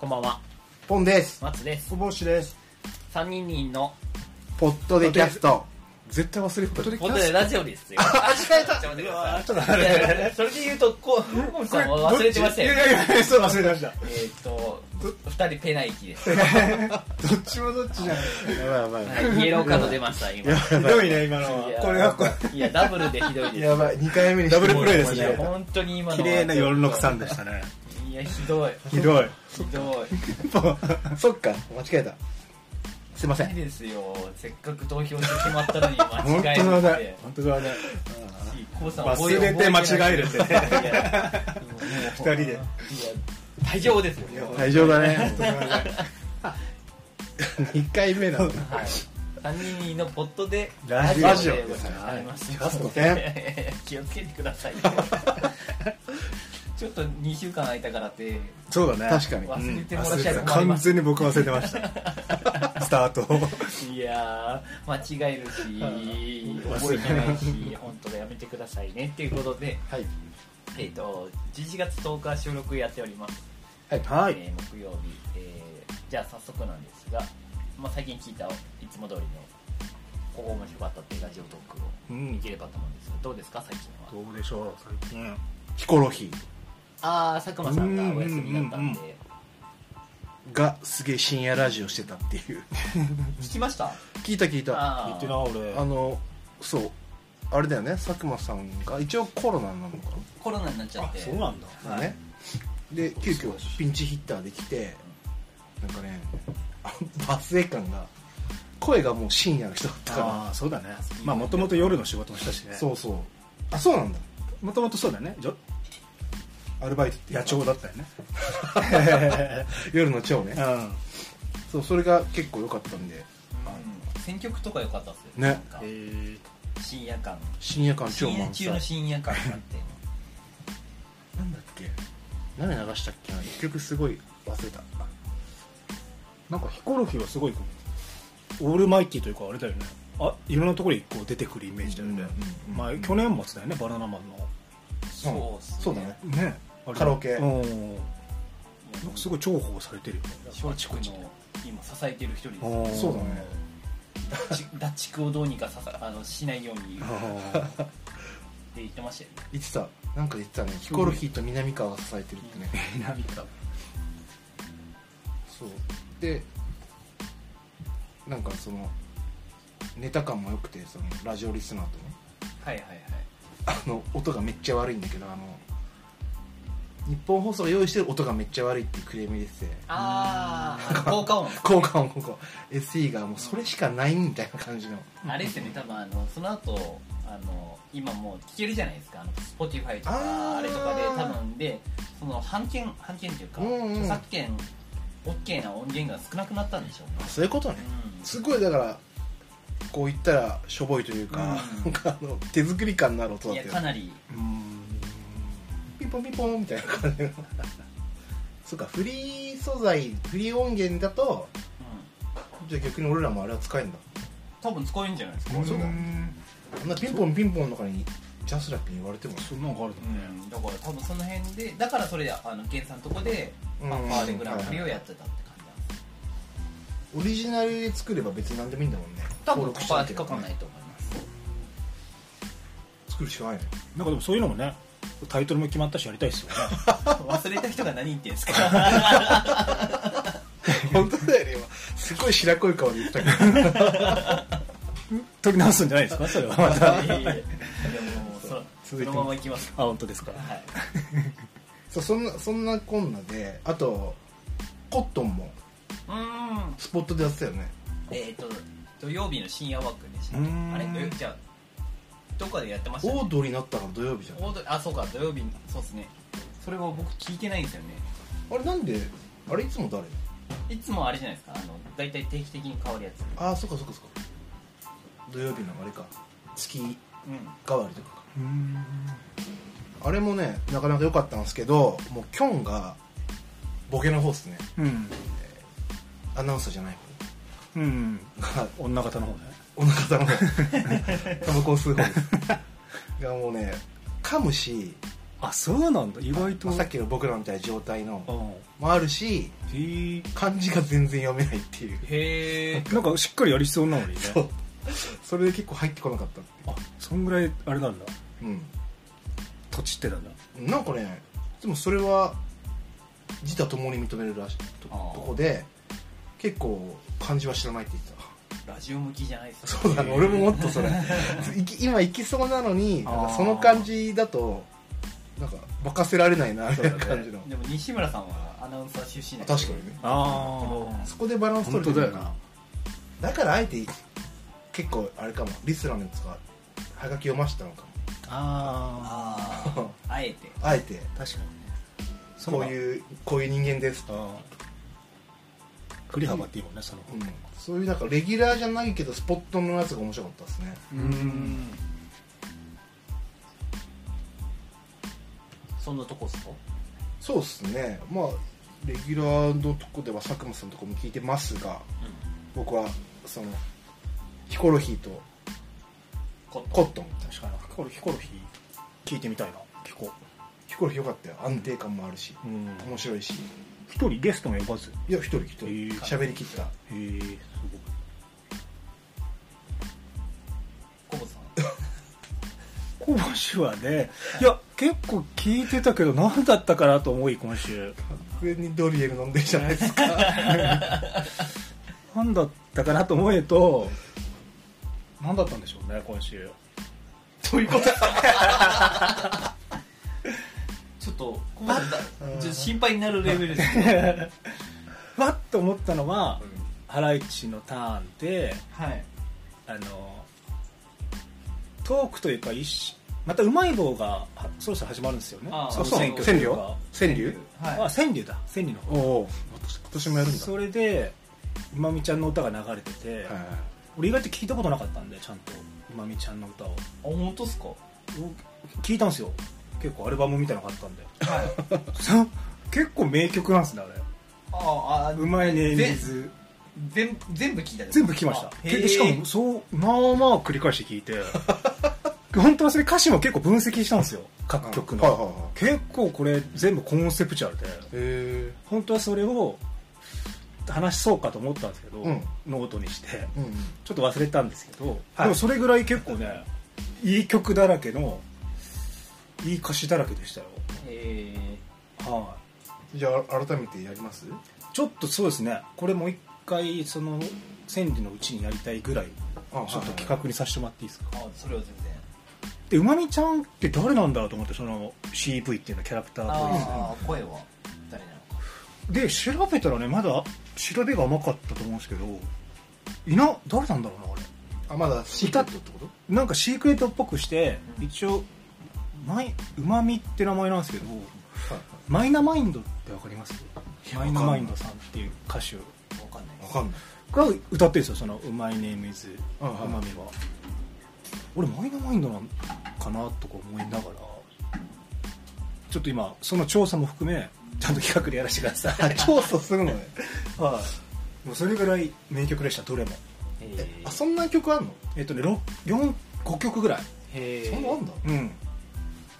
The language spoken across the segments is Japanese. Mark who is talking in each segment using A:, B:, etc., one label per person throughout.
A: こんばんは、
B: ポンです。
A: マッツです。
C: ぼしです。
A: 三人人の
B: ポッドでキャスト。
C: 絶対忘れっぽい。
A: 本当にラジオです よ。あ、間違えた。ちょっと待ってくださいいやいや。それで言うと、こう、ふもさんは忘れてましたよ
C: い。やいやいや、そう忘れてまし
A: えーっと、二人ペナイキです。は
C: た。どっちもどっちじゃない。
B: やばいやばい。
A: いイエローカード出ました、今。
C: ひどいね、今の
A: いや
C: は。これはこれ。
A: いや、ダブルでひどいです。
B: やばい、2回目に
C: ダブルプレイです
A: い
C: ね
A: や、本当に今のは。
C: 綺麗な463でしたね。
A: いや、ひどい。
C: ひどい。
A: ひどい。
B: そっか、間違えた。すいませ
A: いい
B: ん。
A: ですよ。せっかく投票して決まったのに
C: 本
A: 間違え
C: 当だ
A: るっ
C: ね
A: て。。
C: 本当だね。
A: コウさん覚え
C: 忘れて間違えるってね。
A: 覚えてないいや
C: 二人で。
A: 大丈夫ですよ。
B: 大丈夫だね。
C: 本当 だね
B: 2回目なの。
A: はい。三人にのポットで
C: ラジオ
A: ラジオでございますよ。
B: ジオですね
A: 気をつけてください。ちょっと二週間空いたからって
C: そうだね。
B: 確かに。
A: 忘れてもらっ
C: 忘れ
A: ちゃ
C: てた
A: 困りま
C: 完
A: す。
C: 全に僕忘れてました。スタートを。
A: いやー間違えるし覚えてないし本当だやめてくださいねっていうことで、
B: はい。
A: えっ、と11月10日収録やっております。
B: はい。
A: えー木曜日、えーじゃあ早速なんですが、まあ、最近聞いたいつも通りの「ここ面白かった」っていうラジオトークを
C: うん
A: いければと思うんですがどうですか最近は
C: どうでしょう、最近。
B: ヒコロヒ
A: ああ佐久間さんがお休みだったんで
C: うんうん
B: ーがすげえ深夜ラジオしてたっていう。
A: 聞きました
B: 聞いた聞いた。
A: あ
B: あ
A: ー
C: 言ってな、俺。
B: の、そう。あれだよね、佐久間さんが、一応コロナなのか
A: コロナになっちゃっ
C: あ
A: て、
C: そうなんだ。
B: な。ね。で、急遽ピンチヒッターできて、なんかね、 あのバスエ感が、声がもう深夜の人だったから。
C: ああ、そうだね。まあ、もともと夜の仕事もしたしね。
B: そうそうあそうなんだ
C: もともとそうだねじょ
B: アルバイトっていう
C: 野
B: か
C: 鳥だったよね
B: 夜の蝶ね
C: うん
B: そうそれが結構良かったんで
A: うん選曲とか良かったっすよ
B: ね
A: なんか
C: え
A: 深夜感
B: 深夜感超
A: 深夜
B: 満
A: 中の
B: 載
A: 深夜感があって
B: なんだっけ何流したっけな結局すごい忘れた
C: なんかヒコロヒーはすごいこうオールマイティというかあれだよねあいろんなところにこう出てくるイメージだよね、
B: うん
C: まあ、去年末だよねバナナマン
A: そうっすね
B: そうだね
C: のねあれ
B: カラオケ
C: うんなんかすごい重宝されてるよ
A: 松竹の今支えてる一人ですよ
C: ね
B: そうだね
A: ち脱竹をどうにかささあのしないようにって
C: あ
A: 言ってましたよね
B: 言ってたなんか言ってたねヒコロヒーと南川が支えてるってね
C: ー南か
B: そうでなんかそのネタ感も良くてそのラジオリスナーとね
A: はいはいはい
B: あの音がめっちゃ悪いんだけどあの日本放送が用意してる音がめっちゃ悪いっていうクレーム入れてて
A: ああ効果音
B: 効果音効果音 SE がもうそれしかないみたいな感じの
A: あれですよね多分あのその後あの今もう聞けるじゃないですかあの Spotify と
B: あー
A: かあれとかで多分でその版権版権というか、
B: うんうん
A: 著作権 OK な音源が少なくなったんでしょうね
B: そういうことねすごいだからこう言ったらしょぼいというか,、
A: うん
B: なんかあの手作り感のある音
A: うん、
B: だ
A: い
B: っ
A: や
B: た
A: かな
B: よ
A: り
C: うん
B: ピンポンピンポンみたいな感じの そうかフリー素材フリー音源だと
A: うん
B: じゃあ逆に俺らもあれは使えんだ
A: 多分使えるんじゃないですか、
B: んそうだあんなピンポンピンポンの中にジャスラックに言われても
C: そんなのがあるんだね、
A: うん、だから多分その辺でだからそれであの源さんのとこで
B: うん
A: ファンファーレグランプリをやってたって感じなんです
B: オリジナルで作れば別に何でもいいんだもんね
A: 多分ここは
B: て
A: 引っかかんないと 思います
B: 作るしかないね
C: なんかでもそういうのもねタイトルも決まったしやりたいです よね
A: 忘れた人が何言ってん ですか
B: 本当だよね今すごい白濃い顔で言ったけど
C: 取り直すんじゃないですかそれはま
A: い や
C: た
A: いやいやでもそそ
C: 続いても
A: のままいきます
C: あ本当ですか
A: はい
B: そうそんなそんなこんなであとコットンも
A: うーん
B: スポットでやってたよね
A: えっ、と土曜日の深夜枠でしたっ
C: う
A: け
C: ーん
A: あれ土曜じゃあどこでやってました
B: オ
A: ね
B: ードリーになったから土曜日じゃん
A: オードあそうか土曜日そうですねそれを僕聞いてないんですよね
B: あれなんであれいつも誰
A: いつもあれじゃないですかあの大体定期的に変わるやつ
B: ああそっかそっかそっか土曜日のあれか月
A: うん
B: 替わりとかか
C: うん
B: あれもねなかなか良かったんですけどもうキョンがボケの方っすね
C: うん
B: アナウンサーじゃない
C: うん
B: 方 が
C: 女方の方ね
B: お腹の方タバコを吸う方ですがもうね噛むし
C: あそうなんだ意外と、
B: まあ、さっきの僕らみたいな状態の
C: うん
B: もあるし
C: へ
B: 漢字が全然読めないっていう
A: へえ
C: えなんかしっかりやりそうなのにね
B: そうそれで結構入ってこなかったって
C: あそんぐらいあれなんだ
B: いう
C: 土地ってなんだ
B: うんなんかねでもそれは自他ともに認めるらしいと
A: あー
B: とこで結構漢字は知らないって言って た
A: ラジオ向きじゃないです
B: そうだね、
A: ね
B: 俺ももっとそ れいき今行きそうなのになんか
C: あー
B: その感じだとなんか任せられないなみ
C: そ
B: た
C: うだ
B: い
C: ね
B: な感じの、
A: でも西村さんはアナウンサー出身なんで
B: 確かにね
C: あ
B: そこでバランス取れてるのか
C: 本
B: だからあえて結構あれかもリスラのやつがはがき読ましたのか
C: あ
A: あ
B: も
A: ああえて
B: あえて
C: 確かにね
B: こう
C: う
B: いうこういう人間ですと、
C: あー振り幅っていいもんねその
B: うん、そういうなんかレギュラーじゃないけどスポットのやつが面白かったですね
C: う
A: そんなとこっすか
B: そうっすねまあレギュラーのとこでは佐久間さんのとこも聞いてますが僕はそのヒコロヒーと
A: こ
B: コットン
C: 確かにヒコロヒコロヒー聞いてみたいな聞こ
B: ヒコロヒーよかったよ安定感もあるし、
C: ううん
B: 面白いし
C: 一人ゲストも呼ばずへ
B: いや一人一人
C: へー
B: 喋りきった
C: えす
A: コ
C: ごい
A: ブさん
C: 今週はねいや結構聞いてたけど何だったかなと思い今週
B: 完全にドリエル飲んでるじゃないです か
C: 何だったかなと思えと何だったんでしょうね今週
B: そういうこと
A: ちょっとコブさんだちょっと心配になるレベルですね
C: わっと思ったのはハライチのターンで
A: はい
C: あのトークというか一しまたうまい棒がはそろそろ始まるんですよね
A: あー
C: そ
A: そう
C: 選挙と
B: 川
C: いう
B: 柳
C: か
B: 川柳
A: はい
C: あ川柳だ川柳の
B: おお今年もやるんだ
C: それでうまみちゃんの歌が流れてて、
B: はいはい
C: 俺意外と聞いたことなかったんでちゃんとうまみちゃんの歌を
A: あ本当っすか
C: お聞いたんですよ結構アルバムみたいなのがあったんで 結構名曲なんですねあれ
A: あああ
C: うまいね
A: ぜ
C: 水
A: 全全部聞いた
C: 全部聞きました
A: へ
C: で
A: え
C: しかもそうまあまあ繰り返して聞いて 本当はそれ歌詞も結構分析したんですよ各曲の、
B: はいはいはい
C: 結構これ全部コンセプチュアルで
B: へ
C: 本当はそれを話そうかと思ったんですけど、
B: うん
C: ノートにして
B: えうん
C: ちょっと忘れたんですけど、
B: はい
C: でもそれぐらい結構ねいい曲だらけのいい歌詞だらけでしたよ
A: え
C: はい
B: じゃあ改めてやります
C: ちょっとそうですねこれもう一回その千里のうちにやりたいぐらい
B: あ
C: ちょっと企画にさせてもらっていいですか
A: ー、あそれは全然
C: でうまみちゃんって誰なんだろうと思ってその CV っていうのキャラクターボイ
A: ああ声は誰なのか
C: スで調べたらねまだ調べが甘かったと思うんですけどいな誰なんだろうなあれ
B: あまだシークレットってこと
C: なんかシークレットっぽくして
A: うん
C: 一応マイうまみって名前なんですけどマイナマインドってわかります
B: や
C: マイナマインドさんっていう歌手
A: わかんない
B: わかんない
C: が歌ってるんですよその「うまいネームイズう
B: うん
C: ま
B: うん
C: みは俺マイナマインドなんかなとか思いながらちょっと今その調査も含めちゃんと企画でやらせてください
B: あ 調査するのね
C: はいもうそれぐらい名曲でしたどれも
A: え
B: あそんな曲あんの
C: えっとね5曲ぐらい
A: へえ
B: そんなあんだ
C: うん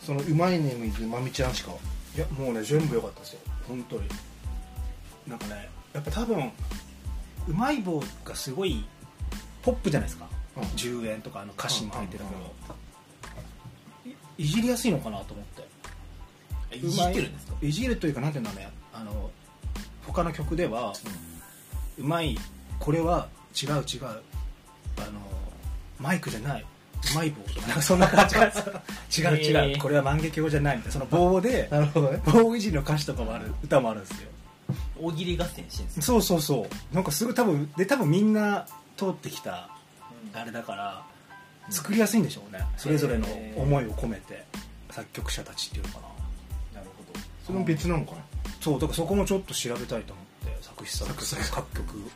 B: そのうまいねみずまみちゃんしか
C: いやもうね全部良かったですよ本当になんかねやっぱ多分うまい棒がすごいポップじゃないですか、
B: うん
C: 10円とかあの歌詞も入ってるけど
B: うんうん、
C: いいじりやすいのかなと思って
A: えいじってるんですか
C: うまいいじるというかなんていうんだろうねあの他の曲では、うまいこれは違う違うあのマイクじゃないうまい棒とかなんかそんな感じが 違う違う、
A: へー
C: これは万華鏡じゃないみたいなその棒で
B: なるほどね
C: 棒維持の歌詞とかもある歌もあるんですよ
A: 大喜利合戦してるんですか
C: そうそうそうなんかすぐ多分で多分みんな通ってきたあれだから作りやすいんでしょうね、それぞれの思いを込めて作曲者たちっていうのかな
A: なるほど
B: それも別なのかな
C: そうだからそこもちょっと調べたいと思って作詞作曲各曲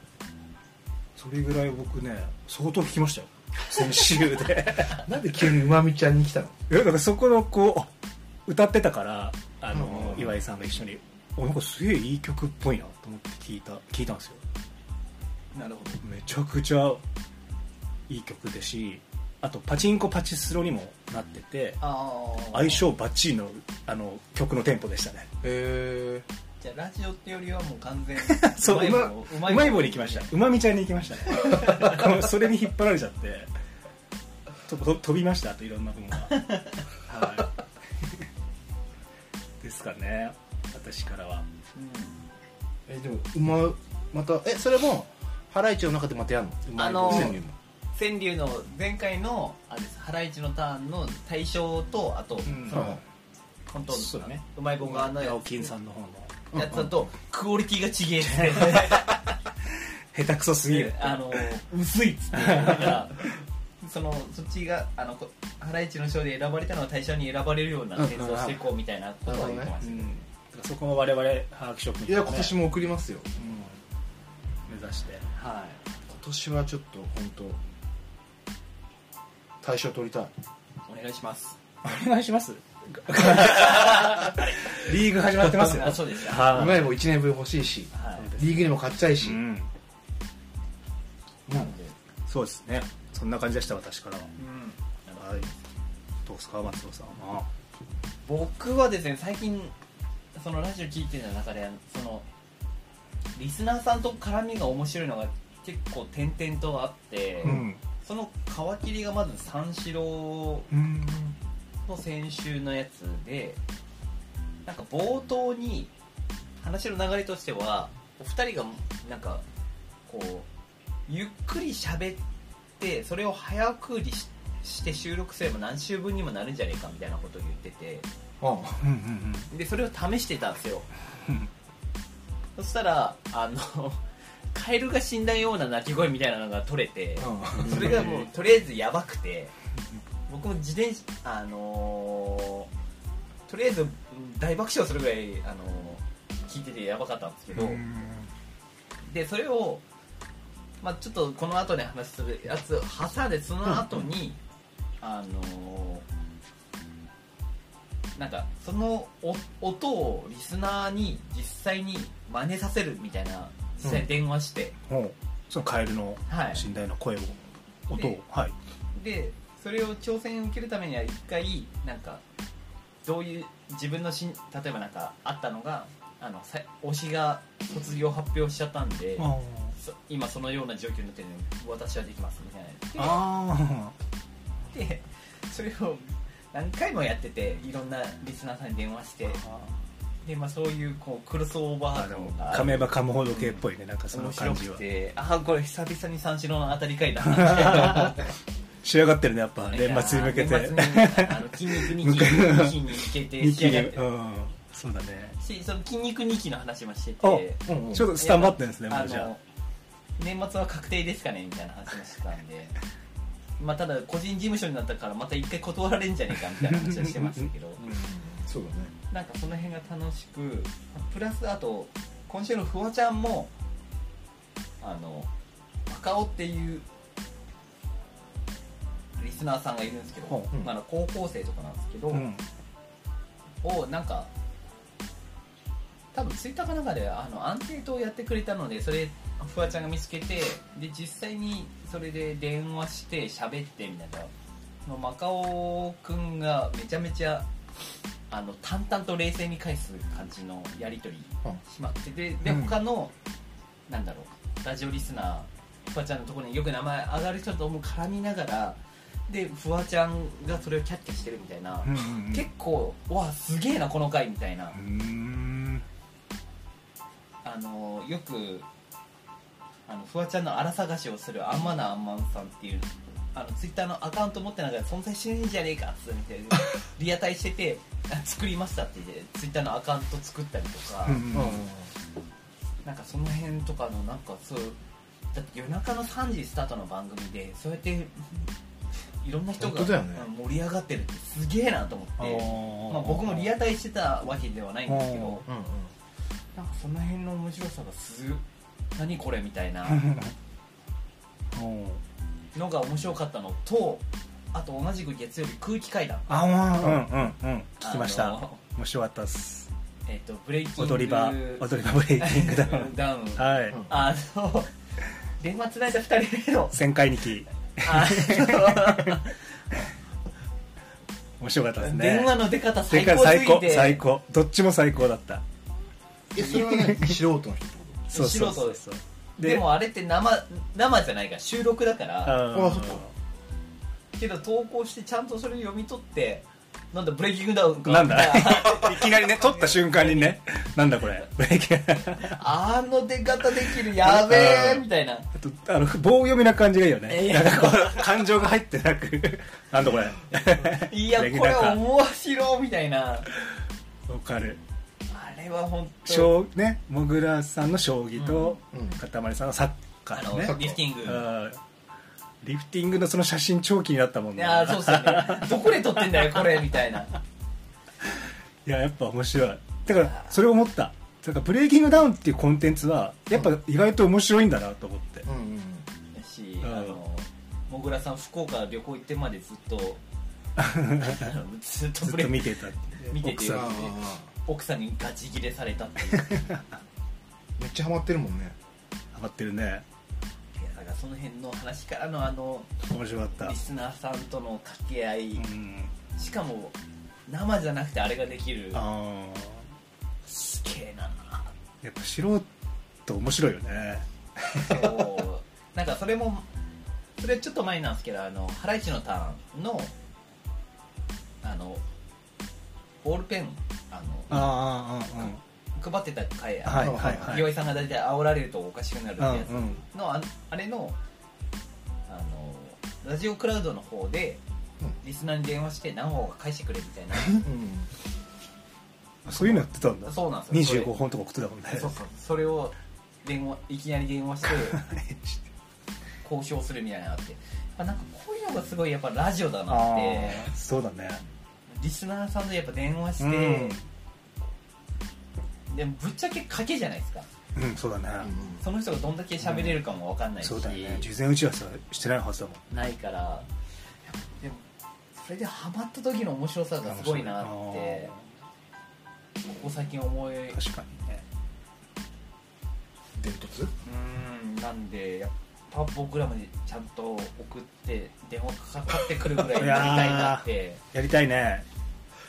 C: それぐらい僕ね相当聴きま したよ先週 で
B: なんで急にうまみちゃんに来たの
C: えだからそこのこうあ歌ってたからあの、
B: うん
C: 岩井さんが一緒におなんかすげえいい曲っぽいなと思って聞いた聞いたんですよ
A: なるほど
C: めちゃくちゃいい曲でしあとパチンコパチスロにもなってて
A: ああ
C: 相性バッチリのあの曲のテンポでしたね
B: え
A: じゃあラジオってよりはもう完全
C: そううまうまい棒に行きましたうまみちゃんに行きました ねこのそれに引っ張られちゃってとと飛びましたあといろんな ものがはいですかね私から
A: う
C: は
B: えでもうままたえそれもハライチの中でまたやんのうまい棒
A: あのー
B: 川柳も
A: ん川柳の前回のあれですハライチのターンの対象とあと、
C: ん
A: その
B: はい
A: 本当
C: そうね
A: うまい棒側のや
C: 青
A: つ
C: 金さんの方の
A: やつだとクオリティがちげえっつって
C: 下手くそすぎる
A: あの薄いっつ ってだからそのそっちがあのこハライチの賞で選ばれたのは大賞に選ばれるような演奏をしていこうみたいなことを言ってま
C: う
A: す、
C: んだからそこも我々ハークショップ
B: いや今年も送りますよ
C: 目指して
A: は
B: 今年はちょっと本当大賞取りた
A: い
B: い
A: お願いします
C: お願いします リーグ始まってますよ
A: あそうですよ
B: うまい棒1年分欲しいし
A: はい
B: リーグにも勝ちたいし、
C: うん
A: なので
C: そうですねそんな感じでした私からは
A: うん
C: はいどうですか松尾さんは
A: 僕はですね最近そのラジオ聞いてる中でそのリスナーさんと絡みが面白いのが結構点々とあって、
C: うん
A: その皮切りがまず三四郎
C: うん
A: の先週のやつでなんか冒頭に話の流れとしてはお二人がなんかこうゆっくり喋ってそれを早送りしして収録すれば何週分にもなるんじゃねえかみたいなことを言ってて
B: うん
C: うんうん
A: でそれを試してたんです よ
C: うん
A: そしたらあの カエルが死んだような鳴き声みたいなのが取れて、
B: うん
A: それがもうとりあえずやばくて僕も自転車あのーとりあえず大爆笑するぐらい、あのー聞いててやばかったんですけど、でそれを、まあ、ちょっとこの後で話するやつを挟んでその後に、あのーなんかそのお音をリスナーに実際に真似させるみたいな実際に電話して、
C: ほうそのカエルの
A: はい
C: 寝台の声を音を
A: で
C: はい
A: でそれを挑戦受けるためには一回なんかどういう自分のしん例えばなんかあったのがあのさ推しが卒業発表しちゃったんでそ今そのような状況になってるので私はできますみたいなの
C: あ
A: 言ってで それを何回もやってていろんなリスナーさんに電話してで、まあ、そういうこうクロスオーバ
C: あ
A: ー
C: で
A: の
C: も
A: が
C: 噛めば噛むほど系っぽいねなんかその
A: 面
C: 感
A: 白
C: じ
A: く
C: は
A: てああこれ久々に三四郎の当たり会だなって
C: 仕上がってるねやっぱ 年末に向け
A: いや
C: て
A: ー年末にあの筋肉2期に向けて
C: 二
A: 仕
C: 期
A: 上
C: に
A: がって
C: うんそうだね
A: しその筋肉2期の話もして
C: あ
A: て
B: うんうん
C: ちょっとスタンバってるんですねも
A: あ
C: うじゃ
A: の年末は確定ですかねみたいな話もしてたんで まあただ個人事務所になったからまた一回断られんじゃねえかみたいな話はしてましたけど
B: そうだね
A: なんかその辺が楽しくプラスあと今週のフワちゃんもあの若尾っていうリスナーさんがいるんですけど、
C: ほう
B: うん
A: まだ高校生とかなんですけど、
C: あうん
A: をなんか多分ツイッターかなんかであのアンケートをやってくれたのでそれフワちゃんが見つけてで実際にそれで電話して喋ってみたいなのマカオくんがめちゃめちゃあの淡々と冷静に返す感じのやり取りしまってでで
C: うん
A: 他の、なんだろうラジオリスナーフワちゃんのところによく名前上がる人とも絡みながらでフワちゃんがそれをキャッキャしてるみたいな。
C: うんうんうん
A: 結構うわすげえなこの回みたいな
C: うーん
A: あのよくあのフワちゃんの荒探しをするアンマナーアンマンさんっていうあのツイッターのアカウント持ってながら存在しねえんじゃねえかっつって リアタイしててあ作りましたって言ってツイッターのアカウント作ったりとか、
C: うんうん
A: なんかその辺とかのなんかそうだって夜中の3時スタートの番組でそうやっていろんな人が
B: 本当だよね
A: うん盛り上がってるってすげえなと思って
C: あー
A: まあ、僕もリアタイしてたわけではないんですけ
C: うん
A: ど
B: うんうん
A: なんかその辺の面白さがす何これみたいな
C: うん
A: のが面白かったのとあと同じく月曜日空気階段
C: あうんうんうん聞きまし
A: あ
C: た
A: の
C: 面白かったっす
A: えっ、とブレイキング
C: 踊り場踊り場ブレイキン グダウン
A: ダウン
C: はい
B: うん
A: あの電話つないだ2人目の
C: 旋回2期
A: あ
C: 面白かったですね
A: 電話の出方
C: で
A: 最
C: か
A: 高す
C: 最
A: ぎ
C: 高
A: て
C: 最高どっちも最高だった
B: えそれは ね素人の人ってこ
C: そうそう
A: 素人です
C: で
A: でもあれって生生じゃないから収録だから
C: あー
B: あそっか
A: けど投稿してちゃんとそれ読み取ってなんだブレイキングダウンか
C: な んだ
A: みたい
C: いきなりね撮った瞬間にねなんだこれブレーキ
A: あの出方できるやべえ
C: うん
A: みたいな
C: あとあの棒読みな感じがいいよね
A: いや
C: なんかこう感情が入ってなくなんだこれ
A: いや
C: レギュ
A: これ
C: ラーか
A: 面白いみたいなあ
C: わかる
A: れは本当
C: 将ねもぐらさんの将棋と、
B: うん
C: かたまりさんのサッカ
A: あ
C: ー
A: の
C: ね
A: リフティング
C: うんリフティングのその写真超気になったもん
A: い
C: ね
A: やそうっすよねどこで撮ってんだよこれみたいない
C: ややっぱ面白いだからそれを思っただからブレイキングダウンっていうコンテンツはやっぱ意外と面白いんだなと思って、
B: とうんうんうん
A: だし、
C: うん
A: あのもぐらさん福岡旅行行ってまでずっ とあのずっと
C: ず
A: ブレ
C: っと
A: イキング
C: 見てたっていう
A: 見て
C: 奥
A: て
C: さ
B: あ
C: ん
B: ああ
A: 奥さんにガチギレされたっていういや
B: あめっちゃハマってるもんね
C: ハマってるね
A: だからその辺の話からのあの
C: 面白かった
A: リスナーさんとの掛け合い、
C: うん
A: しかも生じゃなくてあれができる
C: あ
A: すげえな
C: ーやっぱ素人面白いよね
A: そうなんかそれもそれちょっと前なんですけどあのハライチのターンのあのボールペンあの
C: ああ
A: 配ってた回あ
C: はい
A: の
C: はいはい
A: 岩井さんが大体煽られるとおかしくなるってやつ
C: うんうん
A: のああれのあのラジオクラウドの方で
B: うん
A: リスナーに電話して何本か返してくれみたい
B: うん
C: そういうのやってたんだ
A: なそうなんですよ
C: 25本とか送ってたもんね
A: それそうそうそれを電話いきなり電話して交渉するみたいなのがあってやっぱなんかこういうのがすごいやっぱラジオだな
C: あ
A: って
C: あそうだね
A: リスナーさんとやっぱ電話して、でもぶっちゃけ賭けじゃないですか
C: うん、うん、そうだね、
A: その人がどんだけ喋れるかも分かんないし、
C: そうだよね事前打ち合わせはしてないはずだもん
A: ないからやっぱでもそれでハマった時の面白さがすごいなっ
C: 面白い
A: てここ最近思い
C: あー確かにね
B: 伝突
A: うんなんでやっぱ僕らまでちゃんと送って電話かかってくるぐらいになりたいなって
C: やりたいね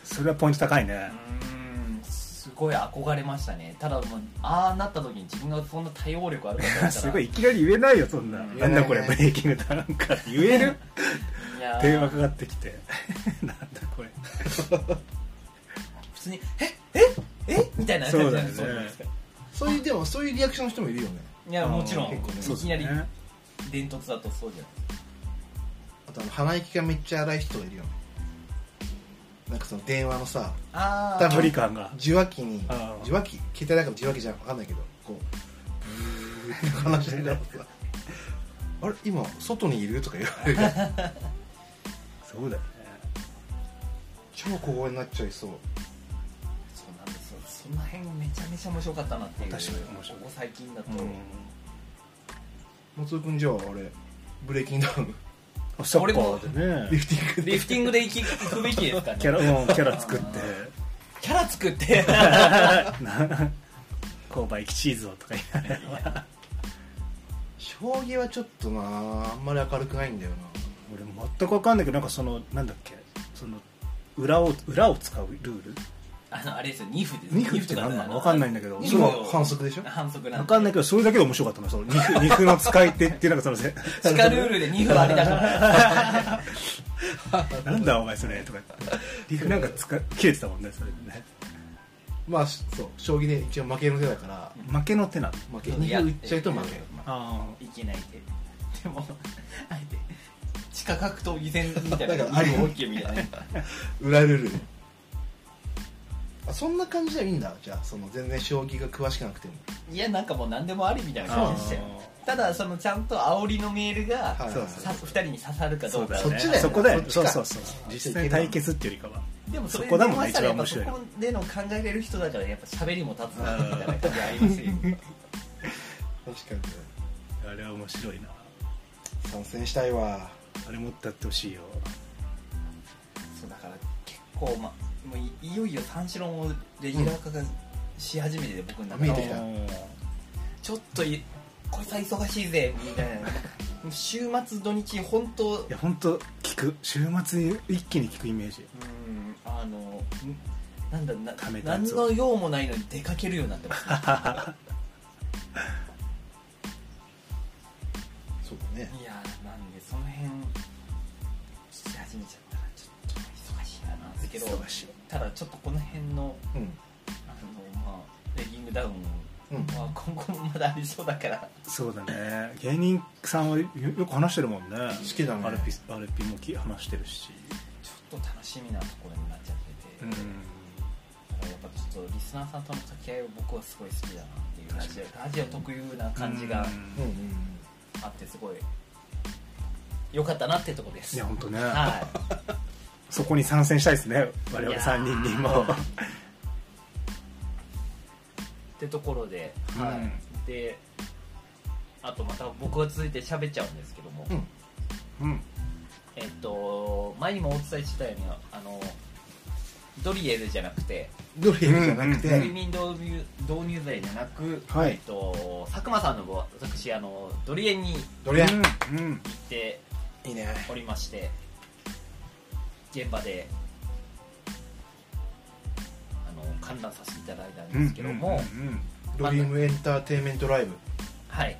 C: それはポイント高いね、
A: うんすごい憧れましたねただもうああなった時に自分がそんな対応力あるかと思ったら
C: すごいいきなり言えないよそんな、
A: うん
C: なんだこれ
B: 言えな
C: ブ
B: いね
C: レイキングダウンかって言える
A: いやー
C: 電話かかってきて なんだこれ
A: 普通に「えええみたいな感じになる
C: そうだよね
A: ですか
B: そういうでもそういうリアクションの人もいるよね
A: いやもちろん、
C: あー
B: 結
A: い
B: 構
A: きなり伝突だとそうじゃない
B: あとあの鼻息がめっちゃ荒い人がいるよねなんかその電話のさ
A: あ
B: ー
C: ダブリ感が
B: 受話器に
C: あー
B: 受話器携帯だから受話器じゃんわかんないけど こうブーって話してたらさあれ今外にいるとか言われるから
C: そうだよね
B: 超小声になっちゃいそう
A: そうなんですよその辺めちゃめちゃ面白かったなっていう
C: 確かに面白い
A: ここ最近だと、
B: 松尾君じゃああれブレイキンダウン
C: あサッ
A: 俺
C: カ
A: も
C: ーで
B: リ
C: ね
B: フティングで
A: リフティングでいき行くべきです かね
C: キャラうんキャラ作って
A: キャラ作って
C: な 購買チーズをとか言いながら
B: 将棋はちょっとなあんまり明るくないんだよな
C: 俺全く分かんないけどなんかそのなんだっけその裏を裏を使うルール
A: あのあれですよ2分です
C: 二分って何なの分かんないんだけど
A: 二
B: そ
A: 分
B: れ
A: を
B: は反則でしょ
A: 反則なん
C: 分かんない
A: い
C: けどそれだけで面白かったのその肉肉の使い手っていうなんかそのせ
A: 地下ルールで2分ありだから
C: なんだお前それとか言って肉なんか使切れてたもんねそれでね
B: まあしそう将棋で一応負けの手だから
C: 負けの手なの
B: 負け2歩打っちゃうと負け
C: あ
A: いけないででもあえて地下格闘技戦みたいな
B: だからあり
A: も OK みたいな
B: 裏ルールであそんな感じでいいんだじゃあその全然将棋が詳しくなくても
A: いやなんかもう何でもありみたいな感じでしたよ
C: あ
A: ただそのちゃんと煽りのメールが
B: はい
C: そう
A: さ2人に刺さるかど
C: そうう
A: か
C: だよ
B: そ
C: ね
B: っちだよね
C: そこだよね
B: そ
C: そ
B: っち
C: う
B: か
C: そうそう実際対決っていうよりかは
A: でもそれ
C: そこだも
A: 電
C: んね
A: 話したらやっぱ
C: 一番面白いの
A: そこでの考えれる人だからやっぱ喋りも立つなみたいな感じありますよ
B: 確かに
C: あれは面白いな
B: 参戦したいわ
C: あれもっとやってほしいよ
A: そうだから結構、ま、もういいよいよ三四郎もレギュラー化がし始めてて僕の中
B: 見え
A: で
B: てきた
C: うん
A: ちょっといこいつは忙しいぜみたいな週末土日本当
C: いや本当聞く週末に一気に聞くイメージ
A: うんあのんなんだな
C: ためたや
A: 何
C: つを
A: の用もないのに出かけるようになって ます、ね、
B: そうだね
A: いやーなんでその辺聞き始めちゃったらちょっと忙しいななんですけど
B: 忙しい
A: ただちょっとこの辺の
B: うん
A: あの、まあ、レギングダウン
B: うん
A: は今後もまだありそうだから
C: そうだね芸人さんはよよく話してるもんね
B: 好きだね
C: アルピアルピもき話してるし
A: ちょっと楽しみなところになっちゃってて、
C: うん
A: だからやっぱちょっとリスナーさんとの掛け合いを僕はすごい好きだなっていうラジオラジオ特有な感じが
B: うんうん
A: あってすごい良かったなってとこで
C: い
A: す
C: や本当ね
A: はい
C: そこに参戦したいですね我々3人に
A: いや
C: も
A: ーってところで、
C: うん
A: はいであとまた僕は続いて喋っちゃうんですけども、
B: うん
C: うん
A: えっと前にもお伝えしたようにあのドリエルじゃなくて、
B: ドリエルじゃなくて、
C: うんうん
A: 睡眠導入導入剤じゃなく、
C: はい
A: えっと、佐久間さんのご私あのドリエンに行
B: ドリエン、
C: うんうん
A: って
B: いいね
A: おりまして現場であの観覧させていただいたんですけども、
C: うんうん
B: ドリームエンターテインメントライブ
A: はい、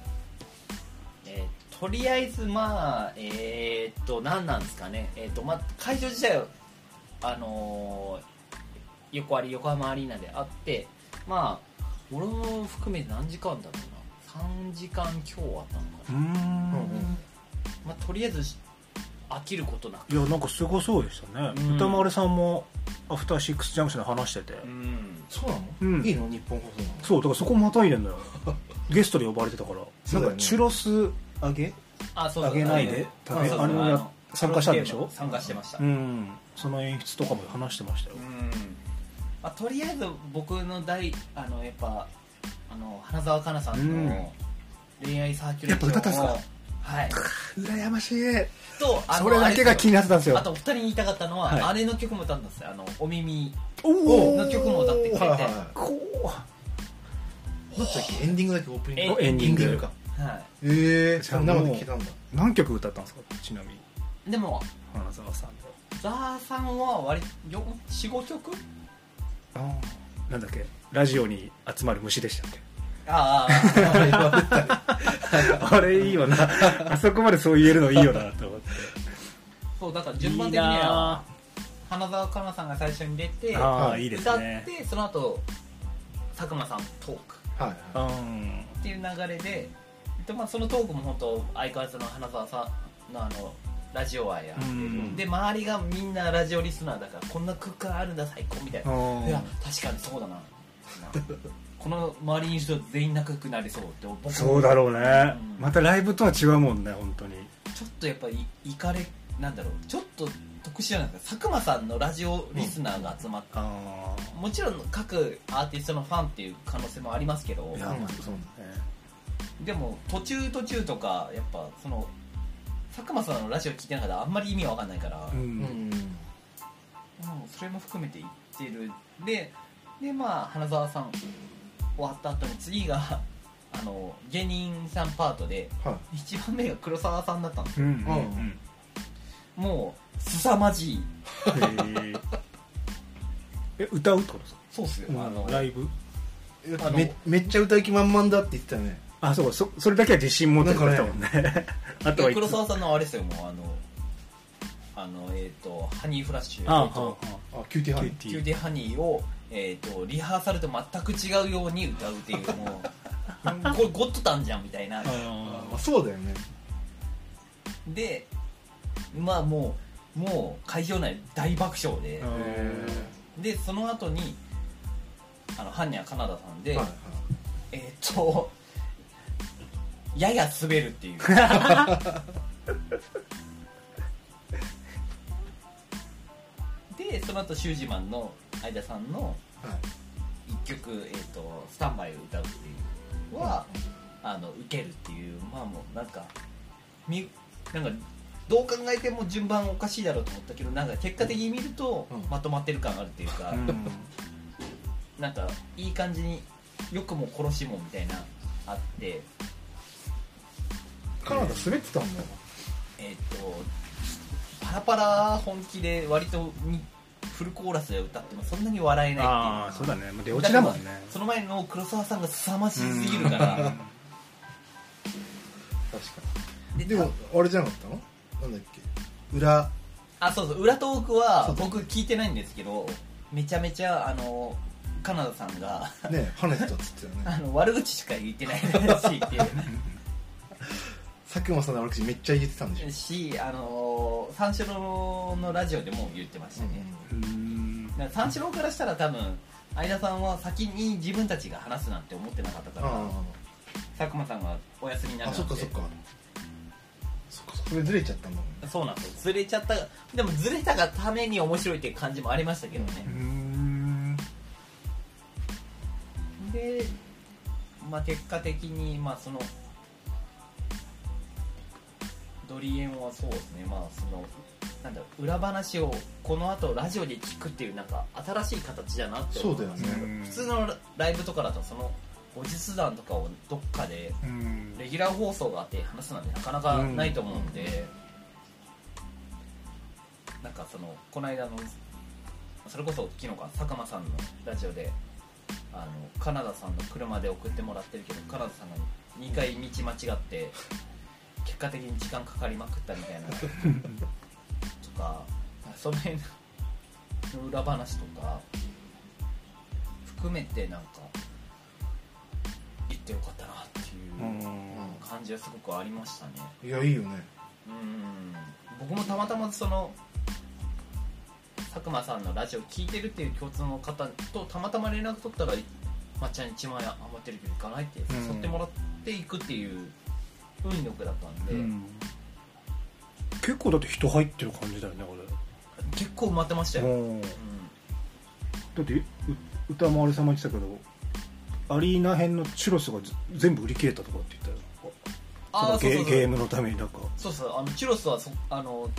A: えーとりあえずまあえーっと何なんですかね、えーっとまあ、会場自体はあのー横あり横浜アリーナであってまあ俺も含めて何時間だろうな3時間今日あったのか
C: う
A: な、
C: ん
B: うん
A: まあ、とりあえず飽きることなく
C: いやなんかすごそうでしたね
A: うん
C: 歌丸さんもアフターシックスジャンクションで話してて
A: うん
B: そうなの、
C: うん
B: いいの日本放送なの
C: そうだからそこまたいでんのよゲストで呼ばれてたから
B: そうだ
C: な
B: よね
C: んかチュロス揚げ
A: あそう
C: あげないで
A: あ
C: 食べ
A: そう
C: あれもや
A: の
C: 参加したんでしょ
A: 参加してました、
C: うんその演出とかも話してましたよ
A: うんまあ、とりあえず僕の大あのやっぱあの花澤香菜さんの恋愛サーキュレーションを
C: やっぱ歌ったんす
A: はい
C: 羨ましい
A: とあの
C: それだけが気になってたんで
A: あれです
C: す
A: よ
C: よ
A: あとお二人に言いたかったのは、
C: はい
A: あれの曲も歌ったんですよあのお耳
C: お
A: の曲も歌ってくれて、
B: はい
A: は
B: はいい
C: こ
B: どっちだっけエンディングだっけオープニング
C: えエンディング
B: エかええー、
C: じゃあ
B: 生
C: もう
B: で聞けたんだ
C: う何曲歌ったんですかちなみに
A: でも
C: 花澤さんで
A: ザーさんは割45曲
C: ああなんだっけラジオに集まる虫でしたっけ
A: あ
B: あれは出た
C: あれいいよな あそこまでそう言えるのいいよなと思って
A: あそうだから 順番的に
C: いい
A: は
C: な
A: 花澤香菜さんが最初に出て
C: ああ
B: は
C: ーいいです
A: 歌っ
C: ね
A: てその後佐久間さんトーク
B: はいは
C: うん
A: っていう流れで、でまあ、そのトークも本当相変わらずの花澤さんのあのラジオ愛や、
C: うん
A: で周りがみんなラジオリスナーだからこんな空間あるんだ最高みたいな、いや確かにそうだなこの周りにいる人全員仲良くなりそうって僕も
C: そうだろうね
A: うん
C: またライブとは違うもんね本当に
A: ちょっとやっぱりいかれなんだろうちょっと特殊じゃないですか佐久間さんのラジオリスナーが集まって、
C: あ
A: もちろん各アーティストのファンっていう可能性もありますけど
C: い
B: い
C: や
B: うんそうなんだ
A: でも途中途中とかやっぱその佐久間さんのラジオ聞いてなかったらあんまり意味わかんないから、も
B: う
C: う
B: んん
A: うそれも含めて言ってるででまあ花澤さん終わった後に次が あの芸人さんパートで
B: は
A: 一番目が黒沢さんだったんです
C: うんう
A: よ
C: ん
B: うん
C: うん
A: もう凄まじい
C: へええ歌うってことですか
A: そうっすよ、あの
C: ライブ
B: いだ
A: あ
B: っ
A: の
B: てめめっちゃ歌う気満々だって言ってたよね
C: あそうかそそれだけは自信持ってくれたもんねあとは
A: で
C: いつ
A: 黒沢さんのあれですよもうあのあのえっ、とハニーフラッシュ
C: あ
A: えーと
C: は
B: あキューティー
C: あ
B: ハ
C: キ
B: ニー
C: ューテ
A: キュー
C: ィ
A: ティーハニーを、えー、とリハーサルと全く違うように歌うっていう もうこれゴッドタンじゃんみたいな
C: あ
B: あそうだよね
A: でまあもうもう会場内大爆笑で、
C: ー
B: え
A: でその後にあのハンニャカナダさん
B: え
A: で、
B: はい
A: えっ、とやや滑るっ ていうでその後シュージマンの相田さんの
B: はい
A: 一曲、えーと「スタンバイ」を歌うっていうのは、あの受けるっていうまあもうなんかみなんかどう考えても順番おかしいだろうと思ったけどなんか結果的に見ると、
B: うん
A: まとまってる感あるっていうか、
C: うん
A: なんかいい感じによくも殺しもみたいなあって
B: カナダ滑ってたんだ
A: えっとパラパラ本気で割とみフルコーラスで歌ってもそんなに笑えないっていう
C: ああそうだねもう出落ちだもんね
A: からその前の黒沢さんが凄まじすぎるから
B: 確か
A: で
B: にでもあれじゃなかったのなんだっけ裏
A: あそうそう裏トークは
B: そうだ
A: 僕聞いてないんですけどめちゃめちゃあのカナダさんが
B: ね跳ねてたっつってたよね
A: あの悪口しか言ってないらしいっていう
B: 佐久間さんの悪口めっちゃ言ってたんでしょ
A: しあの三四郎のラジオでも言ってましたね、
C: うーん
A: だから三四郎からしたら多分相田さんは先に自分たちが話すなんて思ってなかったか
B: あ
A: ら
B: あ
A: 佐久間さんがお休みになる
B: あ
A: なんて
B: そっかそっかそっかそれずれちゃったんだもんね
A: そうなんですよずれちゃったでもずれたがために面白いっていう感じもありましたけど
C: うー
A: ね、
C: ん
A: で、まあ、結果的にまあそのドリエンはそうですねまあそのなんだろう裏話をこの後ラジオで聞くっていうなんか新しい形だなって
B: そうだ
A: よ
B: よね
C: うん
A: 普通のライブとかだとその後日談とかをどっかで
C: うん
A: レギュラー放送があって話すなんてなかなかないと思うんで、なんかそのこの間のそれこそ昨日か佐久間さんのラジオであのカナダさんの車で送ってもらってるけどカナダさんが2回道間違って結果的に時間かかりまくったみた いなとかその辺の裏話とか含めてなんか言ってよかったなっていう。
C: うん
A: 感じはすごくありましたね
B: いやいいよね
A: うん僕もたまたまその佐久間さんのラジオ聞いてるっていう共通の方とたまたま連絡取ったら「まっちゃん1万円余ってるけど行かない?」って
C: うん
A: 誘ってもらっていくっていう運力だったんで、
C: うん結構だって人入ってる感じだよねこ
A: 結構待ってました
C: れ
A: よ、うん
C: うんだってう歌丸さんも言ってたけどアリーナ編のチュロスがず全部売り切れたとかって言ったよ
A: ああ
C: そ
A: そ
C: の
A: う
C: ゲ
A: そう
C: ゲー
A: そう
C: ムのためになんか
A: そうそうあのチュロスはそあの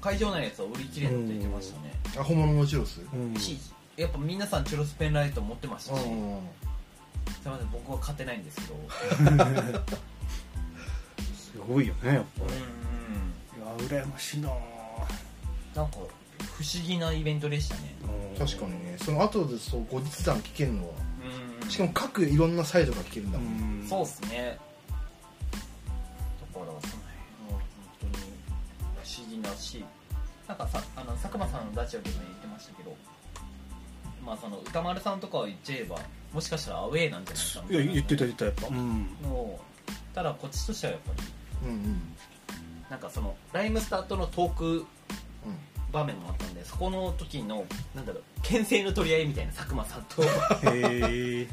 A: 会場内のやつは売り切れるって言ってましたね、
B: あ本物のチュロス
C: うん
A: しやっぱ皆さんチュロスペンライト持ってましたし、
B: うん
A: すいません僕は買ってないんですけ ど
C: すごいよねやっぱ
A: うんうん
C: いや羨ましいなぁ
A: なんか不思議なイベントでしたね
B: 確かにねその後でそう後日談聞けるのは
A: うん
B: しかも各いろんなサイドが聞けるんだ
C: う
B: もん、
C: ん
A: そうっすねだからその辺は本当に不思議だしなんかさあの佐久間さんのラジオでも言ってましたけどまあその歌丸さんとかを言っちゃえばもしかしたらアウェーなんじゃないかみ
C: いや
A: たいな
C: 言ってた言ってたやっぱうん
A: のただこっちとしてはやっぱり
B: うん、うん
A: なんかそのライムスターとのトーク
B: うん
A: 場面もあったんでそこの時のなんだろう牽制の取り合いみたいな佐久間さんと
C: へえ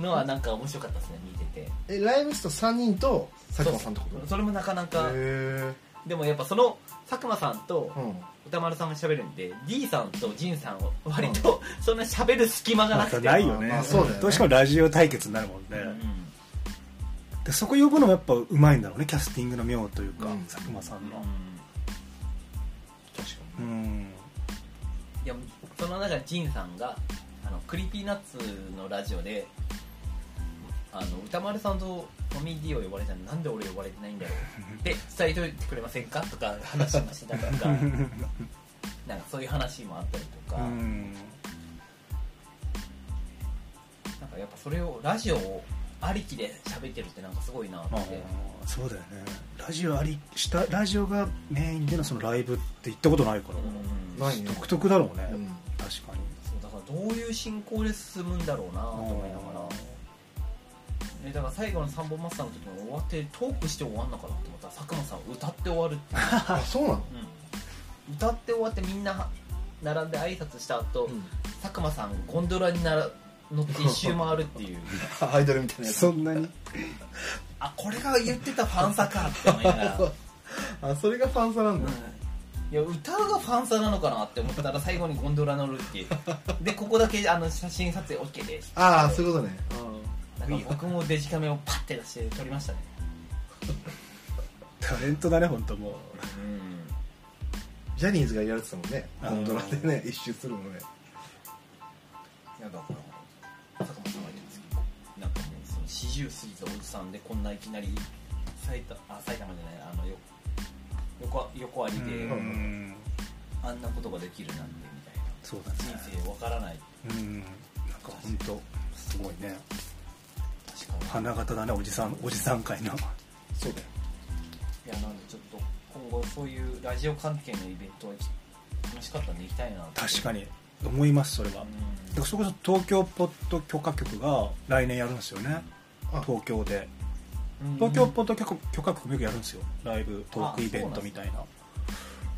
A: のはなんか面白かったですね見てて
B: えライブスト3人と佐久間さんってこと
A: そうそれもなかなか
B: へ
A: でもやっぱその佐久間さんと
B: え、うん、
A: 歌丸さんが喋るんで D さんとジンさんは割とそんな喋る隙間がな
C: ま
A: くて
C: たないよね,、
B: まあそうだよね
C: どうしてもラジオ対決になるもん
A: う
C: ね、
A: ん
C: でそこ呼ぶのもやっぱうまいんだろうねキャスティングの妙というか、
B: うん
C: 佐久間さんの
B: 確か
C: う
B: に、
C: ん
A: いやその中でジンさんがあのクリーピーナッツのラジオであの歌丸さんとトミー D を呼ばれたのになんで俺呼ばれてないんだろう で伝えといてくれませんかとか話もしてたりとかなんかそういう話もあったりと
C: う
A: か、
C: ん
A: なんかやっぱそれをラジオをありきで喋ってるってなんかすごいなって
C: ああそうだよねラジオありしたラジオがメインでのそのライブって行ったことないから、
A: うん
B: ないね
C: 独特だろうね、
B: うん
C: 確かに
A: そうだからどういう進行で進むんだろうなと思いながら、えだから最後の三本マスターの時も終わってトークして終わんのかなと思ったら佐久間さん歌って終わるってい
B: あそうなの、
A: う、うん歌って終わってみんな並んで挨拶した後、佐久間さんゴンドラになら乗って一周回るっていう
B: アイドルみたいなやつ
C: そんなに
A: あこれが言ってたファンサかって思いながら、
B: あそれがファンサなん
A: うん
B: だ、
A: いや歌うがファンサなのかなって思ったら最後にゴンドラ乗る っていうでここだけあの写真撮影 OK です
B: ああそういうことね
A: なんか僕もデジカメをパッて出して撮りましたね
C: タレントだね本当もう
A: う
B: ジャニーズがやられてたもんね
C: あー
B: ゴンドラでね一周するのね
A: んいやだから坂本さんが言ってますけどなんかもうその40過ぎたおじさんでこんないきなり埼玉あ埼玉じゃないあのよ横横ありで、
B: うん
A: あんなことができるなんてみたいな
C: そうだね
A: 人生わからない
C: うんなんか本当すごいね
A: 確かに
C: 花形だねおじさんおじさん界の
B: そうだよ
A: いやなんでちょっと今後そういうラジオ関係のイベントは楽しかったんで行きたいなと
C: 確かに思いますそれは
A: う
C: だ
A: ん
C: からそれこそ東京ポッド許可局が来年やるんですよね
B: あ
C: 東京で
A: うん
C: 東京ポッド許可許可局もよくやるんですよライブトークイベントみたいな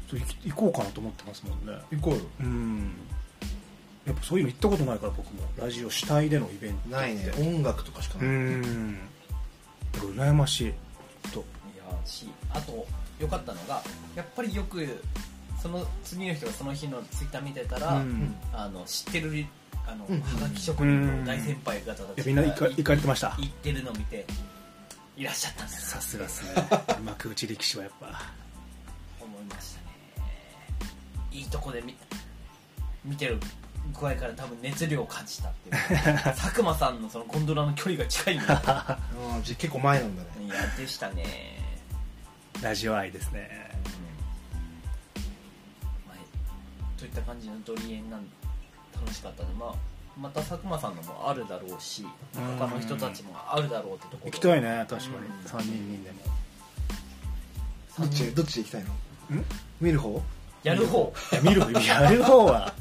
C: そう行き行こうかなと思ってますもんね
B: 行こうよ
C: うんやっぱそういうの行ったことないから僕もラジオ主体でのイベントって
B: ないね音楽とかしか
C: う
B: ない、
C: ん羨ましい
A: い
C: と
A: やしあと良かったのがやっぱりよくその次の人がその日のツイッター見てたら、
C: うん
A: あの知ってるりあの、
B: うん
A: はがき職人の大先輩方
C: い
A: た
C: や
A: ち
C: みんな行か行かれてました
A: 行ってるのを見ていらっしゃったんだ
C: さ
A: な
C: すがです ね幕内力士はやっぱ
A: と思いましたねいいとこで見見てる具合から多分熱量を感じたっていう 佐久間さんのそのゴンドラの距離が近いんだ
B: ああじゃあ結構前なんだね
A: いやでしたね、
C: ラジオ愛ですね
A: まあといった感じのドリエンなん楽しかったので、まあ、また佐久間さんのもあるだろうし
C: うん
A: 他の人たちもあるだろうってところ
C: 行きたいね確かに
A: うん
C: 3人にでも
B: どっちどっちで行きたいの
C: ん
B: 見る方
A: やる方
C: いや見る 方やる方は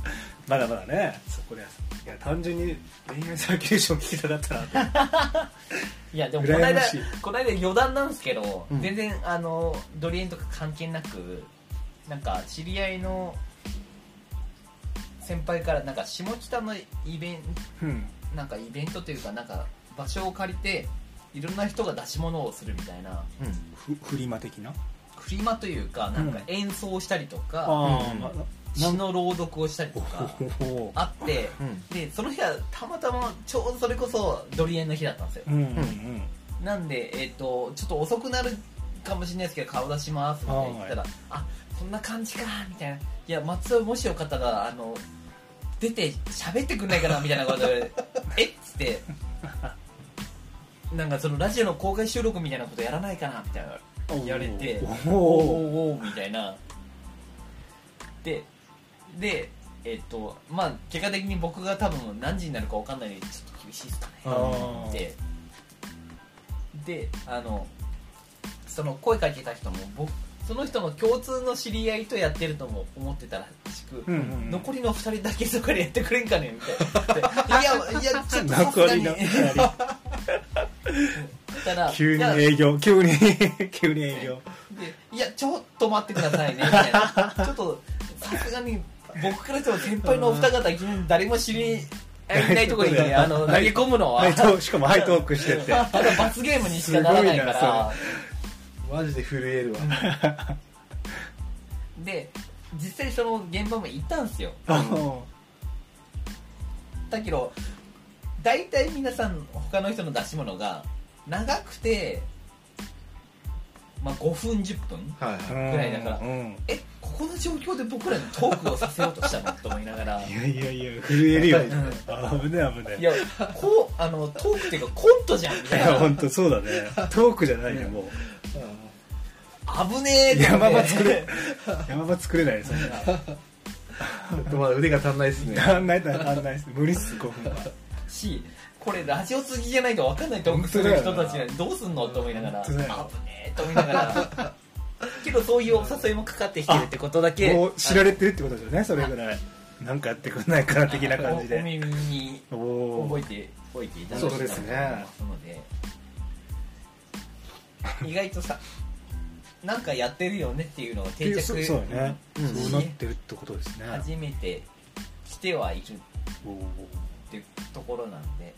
C: まだまだねそこでいや単純に恋愛サーキュレーション聞きたかったなって
A: いやでもこ
C: 羨
A: の間
C: ましい
A: この間余談なんですけど、
B: うん
A: 全然あのドリエンとか関係なくなんか知り合いの先輩からなんか下北のイベン
C: うん
A: なんかイベントというかなんか場所を借りていろんな人が出し物をするみたいな
B: うん
C: フフリマ的な
A: フリマというかなんか
C: うん
A: 演奏したりとか、
C: あ
B: うん
C: あ
A: 詩の朗読をしたりと か
C: お
A: あって、
B: うん
A: でその日はたまたまちょうどそれこそドリエンの日だったんですよ、
C: うんうん
A: なんで、えっとちょっと遅くなるかもしれないですけど顔出しますみたいな言ったら「あこんな感じか」みたいな「いや松尾もしよかったらあの出て喋ってくんないかな」みたいなことで 「えっ?」つってなんかそのラジオの公開収録みたいなことやらないかなみたいな
C: うん
A: 言われて
C: お
A: おー
C: お
A: おーみたいなででえっとまあ結果的に僕が多分何時になるか分かんないのでちょっと厳しいですかね
C: あー
A: でであのその声かけた人も僕その人の共通の知り合いとやってるとも思ってたらしく、
C: うんうん
A: 残りの2人だけそこでやってくれんかねみた いないやいやちょっとさす
C: 残
A: が
C: り
A: に
C: の
A: たら
C: 急に
A: いや
C: 営業急に 急に営業
A: でいやちょっと待ってくださいねみたいなちょっとさすがに僕からしても先輩のお二方誰も知り 合いないところに、ね、あの投げ込むのは
C: ハイトークしかもハイトークし てって
A: ただ罰ゲームにしかならないか
C: すごいな
A: ら
B: マジで震えるわ、
A: で実際その現場も行ったんですよ
C: あ
A: だけど大体皆さん他の人の出し物が長くて、まあ、5分10分
B: はいはい、
C: ー
A: ぐらいだから
C: うん
A: えここの状況で僕らにトークをさせようとしたのと思いながら
C: いやいやいや震えるよ
B: う
A: うん
C: 危ねえ危ねえ
A: いや、こう、あの、トークっていうかコントじゃんみた
C: い
A: い
C: や
A: な。
C: 本当そうだねトークじゃないねも
A: 危ね
C: う
A: え
C: 山場
A: ば
C: 作れ山場作れないです
B: ちょっ とまだ腕が足んないですね
C: 足んない足んないです無理っす5分は
A: し、これラジオ次じゃないと分かんないトークする人たちがどうすんのと思いながら、
C: 本
A: 危
C: 当
A: ね
C: だよ
A: えと思いなが ら、けどそういうお誘いもかかってきてるってことだけ、
C: もう知られてるってことですよねそれぐらいなんかやってくんないかな的な感じ
A: おお
C: で
A: 耳に
C: お
A: 覚
C: お
A: えて、覚えていただきたい
C: そうですね
A: と思いますので、意外とさ、なんかやってるよねっていうのを定着
C: そうそうだね
B: うん
C: そうなってるってことですね
A: 初めて来てはいる
C: おー
A: っていうところなんで、は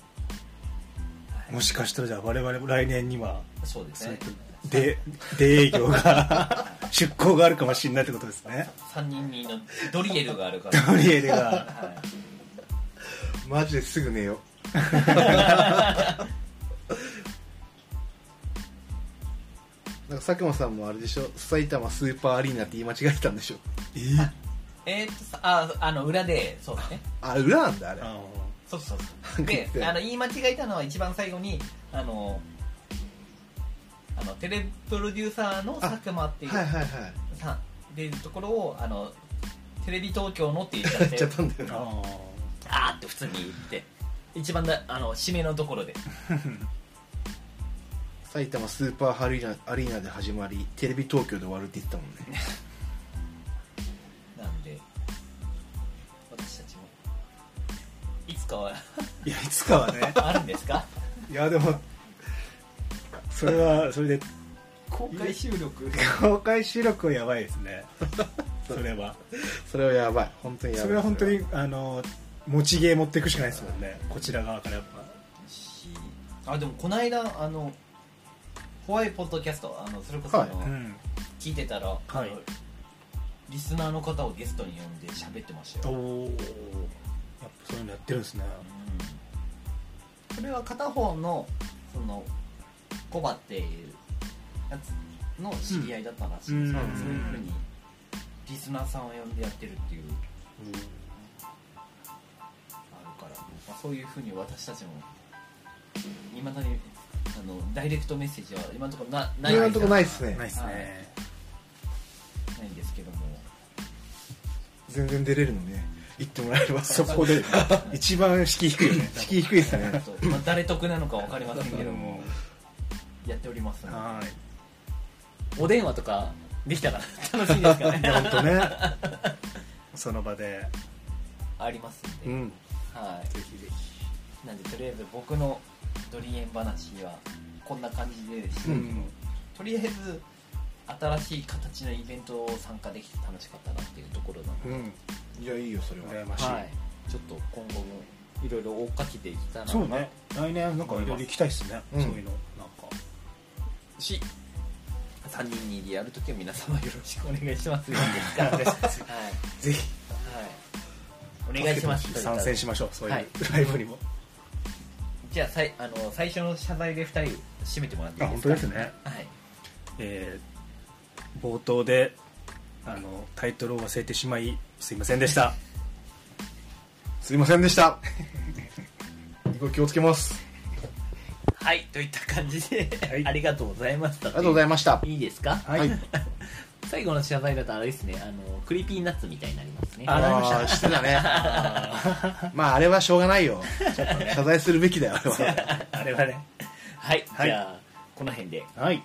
A: い
C: もしかしたらじゃあ我々も来年には
A: そうです
C: そうい
A: ね
C: ったで出営業が 出向があるかもしれないってことですね
A: 3人にのドリエルがあるから、
C: ドリエルが
A: は
B: マジですぐ寝よ うなんか佐久間さんもあれでしょ埼玉スーパーアリーナって言い間違えたんでしょ
C: えー
A: い、えーっとさああの裏でそうだね
B: あ裏なんだあれ
C: あ
A: そうそうそうであの言い間違えたのは一番最後にあのあのテレビプロデューサーの佐久間っていう
B: はいはいはい
A: さんっていうところをあのテレビ東京のって言っちゃ
B: や
A: っ
B: って ちゃったんだよな
C: あ
A: あーって普通に言って一番だあの締めのところで
B: 埼玉スーパーアリーナアリーナで始まりテレビ東京で終わるって言ってたもんね
A: なんで私たちもいつかは
C: ーいやいつかはね
A: あるんですか
C: いやでもそれはそれで
A: 公開収録
C: 公開収録はやばいです ねそれは
B: それはやばい本当にやばい
C: それは本当にあの持ち芸持っていくしかないですもんねこちら側からやっぱ
A: あでもこの間あの怖いポッドキャストあのそれこそあの、
C: うん
A: 聞いてたら、あのリスナーの方をゲストに呼んで喋ってましたよ、
C: おやっぱそういうのやってるんですね
A: うん、それは片方のそのコバっていうやつの知り合いだったらしいんですけど、
C: うん
A: そういうふうにリスナーさんを呼んでやってるっていうあるから、まあ、そういうふうに私たちもいまだにあのダイレクトメッセージは今のところなない
B: 今のとこないですね
C: ないです
A: はい
C: ね
A: ないんですけども
B: 全然出れるのね言ってもらえれば
C: そこで 一番敷居低いよね
B: 敷居低いですね
A: そうまあ、誰得なのか分かりませんけどもやっておりますので
C: は
A: お電話とかできたら 楽しいですか
C: いいや
A: ね
C: 本当ねその場で
A: ありますんで、
B: うん
A: は
C: ぜひぜひ
A: いなんでとりあえず僕のドリエン話はこんな感じでしたけど、
C: うん
A: とりあえず新しい形のイベントを参加できて楽しかったなっていうところなので、
C: うん
B: いやいいよそれ
C: 羨ましい
A: はい、ちょっと今後もいろいろ追っかけていきたいな
C: そうね来年なんかいろいろ行きたいですね
B: うん
C: そういうのなんか
A: し3人にでやるときは皆様よろしくお願いしますよろしくですはい
C: ぜひ
A: はい、お願いします
C: 参戦しましょうそうい
A: は
C: う
A: い
C: ライブにも
A: じゃあさいあの最初の謝罪で2人締めてもらっていいですか
C: ね
A: はい
C: えー冒頭であのタイトルを忘れてしまいすいませんでした
B: すいませんでした以後気をつけます
A: はい、といった感じで、
C: はい
A: ありがとうございました
B: ありがとうございました
A: いいですか
C: はい、
B: はい
A: 最後の謝罪だとあれですねあのクリーピーナッツみたいになりますね
C: あなりました
B: あーしてた ねまああれはしょうがないよ 謝罪するべきだよあれは
C: あれはね
A: はい、
C: はい
A: じゃあこの辺で
C: はい